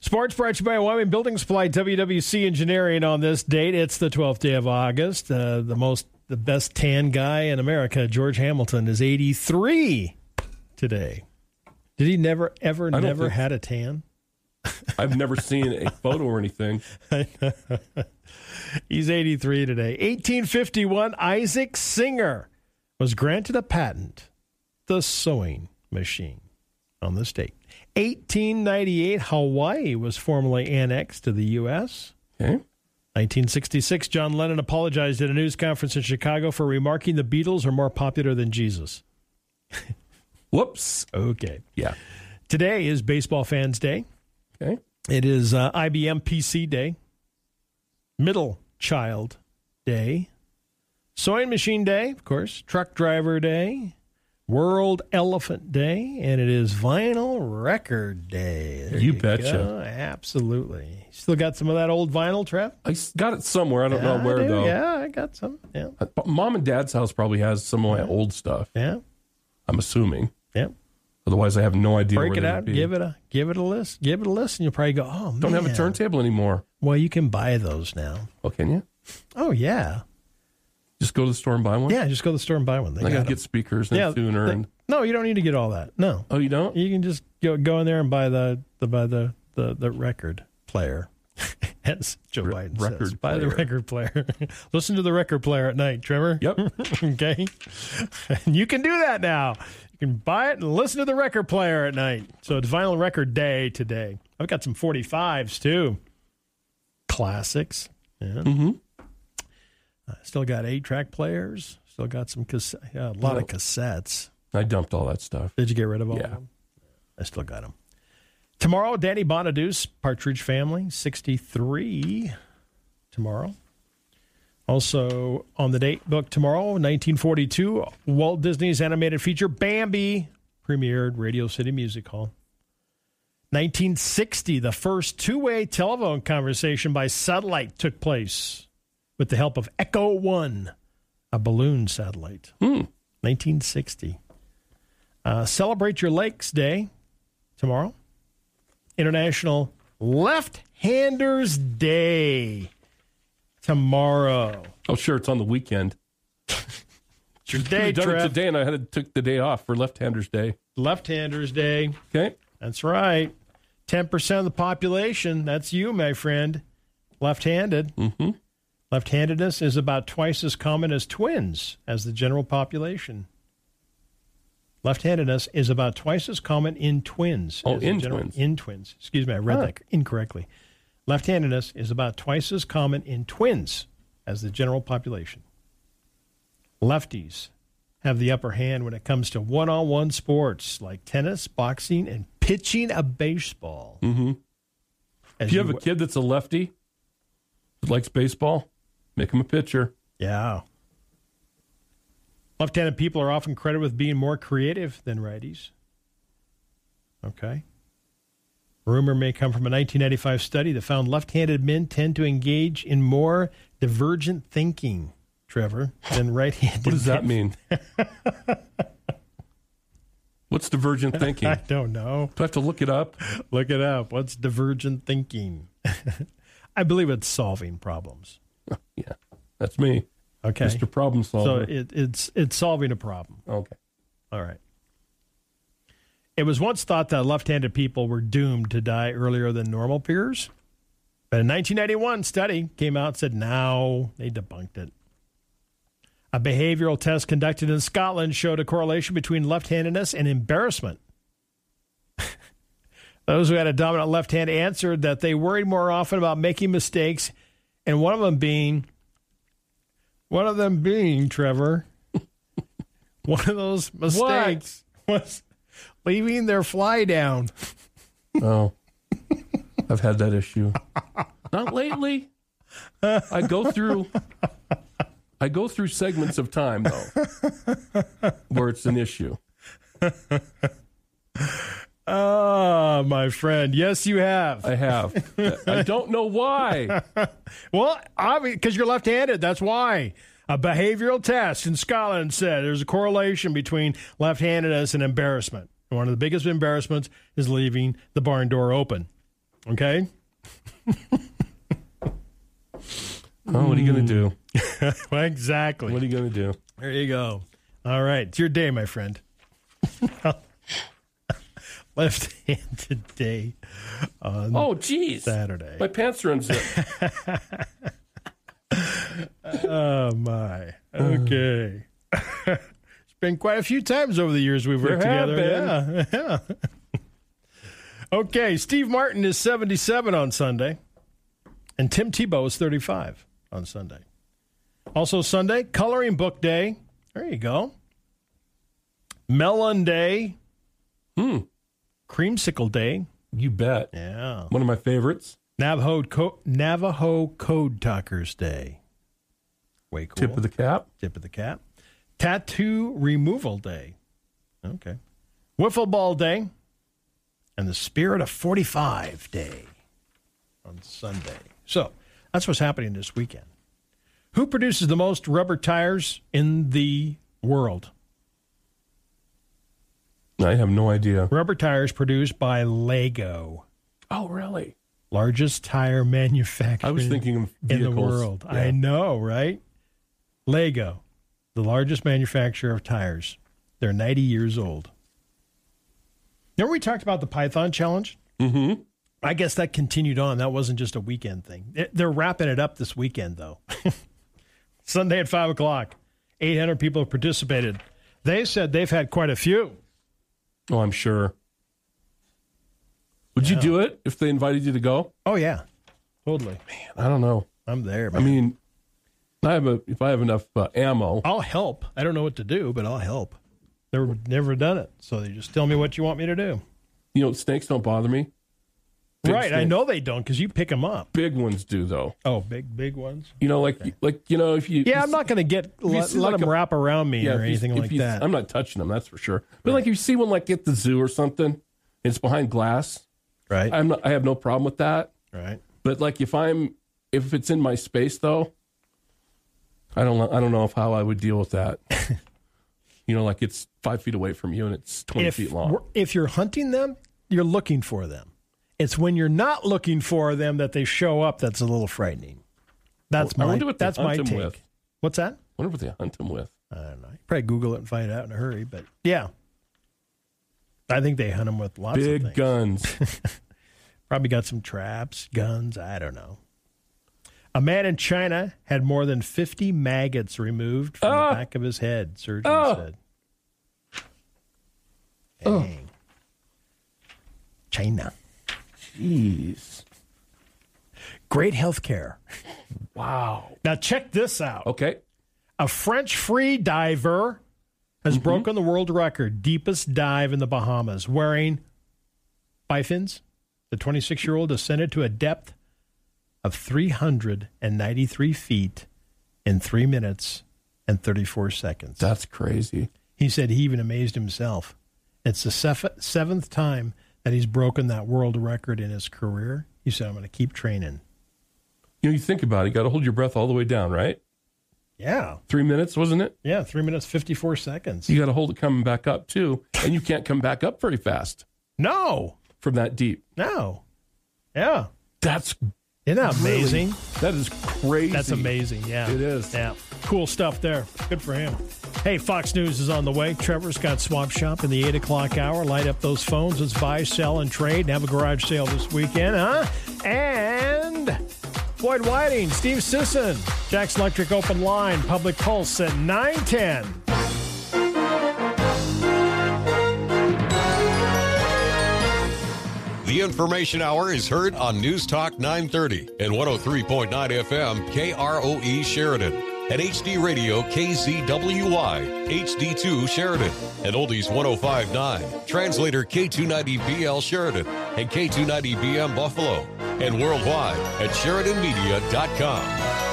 Sports brought to you by Wyoming Building Supply, WWC Engineering. On this date, it's the 12th day of August. Uh, the most, the best tan guy in America, George Hamilton, is 83 today. Did he never, ever, don't never think- had a tan? I've never seen a photo or anything. He's 83 today. 1851, Isaac Singer was granted a patent, the sewing machine, on this date. 1898, Hawaii was formally annexed to the U.S. Okay. 1966, John Lennon apologized at a news conference in Chicago for remarking the Beatles are more popular than Jesus. Whoops. Okay. Yeah. Today is Baseball Fans Day. Okay. It is uh, IBM PC Day, Middle Child Day, Sewing Machine Day, of course, Truck Driver Day, World Elephant Day, and it is Vinyl Record Day. There You betcha. go. Absolutely. Still got some of that old vinyl, Trev? I s- got it somewhere. I don't I know where do, though. Yeah, I got some. Yeah. Uh, but Mom and Dad's house probably has some of my old stuff. Yeah. I'm assuming. Yeah. Otherwise, I have no idea. Break where it they would out, be. give it a give it a list. Give it a list and you'll probably go, Oh man. Don't have a turntable anymore. Well, you can buy those now. Oh, can you? Oh yeah. Just go to the store and buy one. Yeah, just go to the store and buy one. They And I got gotta 'em. get speakers and a tuner. they- and no, you don't need to get all that. No, oh, you don't? you can just go go in there and buy the the buy the the, the record player. As Joe Biden says, record buy the player. record player. Listen to the record player at night, Trevor. Yep. okay, and you can do that now. You can buy it and listen to the record player at night. So it's Vinyl Record Day today. I've got some forty fives too. Classics. Yeah. Mm-hmm. still got eight track players. Still got some cass- yeah, a lot of cassettes. I dumped all that stuff. Did you get rid of all Yeah. of them? I still got them. Tomorrow, Danny Bonaduce, Partridge Family, 63 tomorrow. Also on the date book tomorrow, 1942, Walt Disney's animated feature Bambi premiered Radio City Music Hall. 1960, the first two-way telephone conversation by satellite took place with the help of Echo 1, a balloon satellite. 1960. Uh, celebrate your lakes day tomorrow. International Left Handers Day tomorrow. Oh, sure. It's on the weekend. It's your day, I've done it Trev. today, and I had to took the day off for left-handers day. Left Handers Day. Okay. That's right. 10% of the population, that's you, my friend, left handed. Mm-hmm. Left handedness is about twice as common as twins as the general population. Left handedness is about twice as common in twins. Oh, as the in twins. In twins. Excuse me, I read that incorrectly. Left handedness is about twice as common in twins as the general population. Lefties have the upper hand when it comes to one on one sports like tennis, boxing, and pitching a baseball. Mm-hmm. If you have a kid that's a lefty that likes baseball, make him a pitcher. yeah. Left handed people are often credited with being more creative than righties. Okay. Rumor may come from a 1995 study that found left handed men tend to engage in more divergent thinking, Trevor, than right handed What does that mean? What's divergent thinking? I Do don't know. I have to look it up? Look it up. What's divergent thinking? I believe it's solving problems. Yeah, that's me, Okay. Mr. Problem So Solver. it, it's it's solving a problem. okay. All right. It was once thought that left-handed people were doomed to die earlier than normal peers, but a 1991 study came out and said no, they debunked it. A behavioral test conducted in Scotland showed a correlation between left-handedness and embarrassment. Those who had a dominant left hand answered that they worried more often about making mistakes, and one of them being, one of them being Trevor, one of those mistakes was leaving their fly down. Oh, I've had that issue. Not lately. I go through. I go through segments of time though, where it's an issue. Ah, my friend. Yes, you have. I have. I don't know why. Well, obviously, because you're left handed. That's why. A behavioral test in Scotland said there's a correlation between left handedness and embarrassment. One of the biggest embarrassments is leaving the barn door open. Okay. Oh, what are you going to do? Well, exactly. What are you going to do? There you go. All right. It's your day, my friend. Left handed day, Um, Oh, jeez. Saturday. My pants are unzipped. Oh, my. Hmm. Okay. it's been quite a few times over the years we've worked There have together. Yeah. yeah. okay. Steve Martin is 77 on Sunday, and Tim Tebow is 35 on Sunday. Also, Sunday, coloring book day. There you go. Melon day. Hmm. Creamsicle day. You bet. Yeah. One of my favorites. Navajo, co- Navajo Code Talkers Day. Way cool. Tip of the cap. Tip of the cap. Tattoo Removal Day. Okay. Wiffle Ball Day. And the Spirit of 45 Day on Sunday. So that's what's happening this weekend. Who produces the most rubber tires in the world? I have no idea. Rubber tires produced by Lego, Oh, really? largest tire manufacturer I was thinking of in the vehicles. world. Yeah. I know, right? Lego, the largest manufacturer of tires. They're 90 years old. Remember we talked about the Python challenge? Mhm. I guess that continued on. That wasn't just a weekend thing. They- They're wrapping it up this weekend, though. Sunday at 5 o'clock, 800 people have participated. They said they've had quite a few. Oh, I'm sure. Would you do it if they invited you to go? Oh, yeah. Totally. Man, I don't know. I'm there, I man. mean, I have a, if I have enough uh, ammo, I'll help. I don't know what to do, but I'll help. Never, never done it. So they just tell me what you want me to do. you know, snakes don't bother me. Big right, I snakes. know they don't because you pick them up. Big ones do, though. Oh, big, big ones. You know, like like you know, if you Yeah, I'm not going to get let, see let like them a- wrap around me yeah, or if you- anything if like you- that. I'm not touching them. That's for sure. But like if you see one like at the zoo or something, it's behind glass. right, I'm not. I have no problem with that. right. But like if I'm if it's in my space though, I don't know- I don't know if how I would deal with that. you know, like it's five feet away from you and it's twenty If feet long. we're- if you're hunting them, you're looking for them. It's when you're not looking for them that they show up. That's a little frightening. That's I my. wonder what they that's hunt my them take. with. What's that? I wonder what they hunt them with. I don't know. You probably Google it and find out in a hurry. But yeah, I think they hunt them with lots of Big things. guns. Probably got some traps, guns, I don't know. A man in China had more than 50 maggots removed from Ah. the back of his head, surgeon Ah. said. Oh. Dang. China. Jeez. Great health care. Wow. Now, check this out. Okay. A French free diver has broken the world record, deepest dive in the Bahamas, wearing bifins. The 26 year old ascended to a depth of 393 feet in three minutes and 34 seconds. That's crazy. He said he even amazed himself. It's the sef- seventh time that he's broken that world record in his career. He said, I'm going to keep training. You know, you think about it, you gotta hold your breath all the way down, right? Yeah. Three minutes, wasn't it? Yeah. Three minutes, 54 seconds. You gotta hold it coming back up too. And you can't come back up very fast No. from that deep. No. Yeah. That's Isn't that amazing? that is crazy. That's amazing. Yeah. It is. Yeah. Cool stuff there. Good for him. Hey, Fox News is on the way. Trevor's got Swamp Shop in the 8 o'clock hour. Light up those phones. Let's buy, sell, and trade and have a garage sale this weekend, huh? And Floyd Whiting, Steve Sisson, Jack's Electric Open Line, Public Pulse at 910. The Information Hour is heard on News Talk 930 and 103.9 FM KROE E Sheridan. And HD Radio KZWY, HD2 Sheridan, and Oldies 1059, Translator K290BL Sheridan, and K290BM Buffalo, and worldwide at SheridanMedia.com.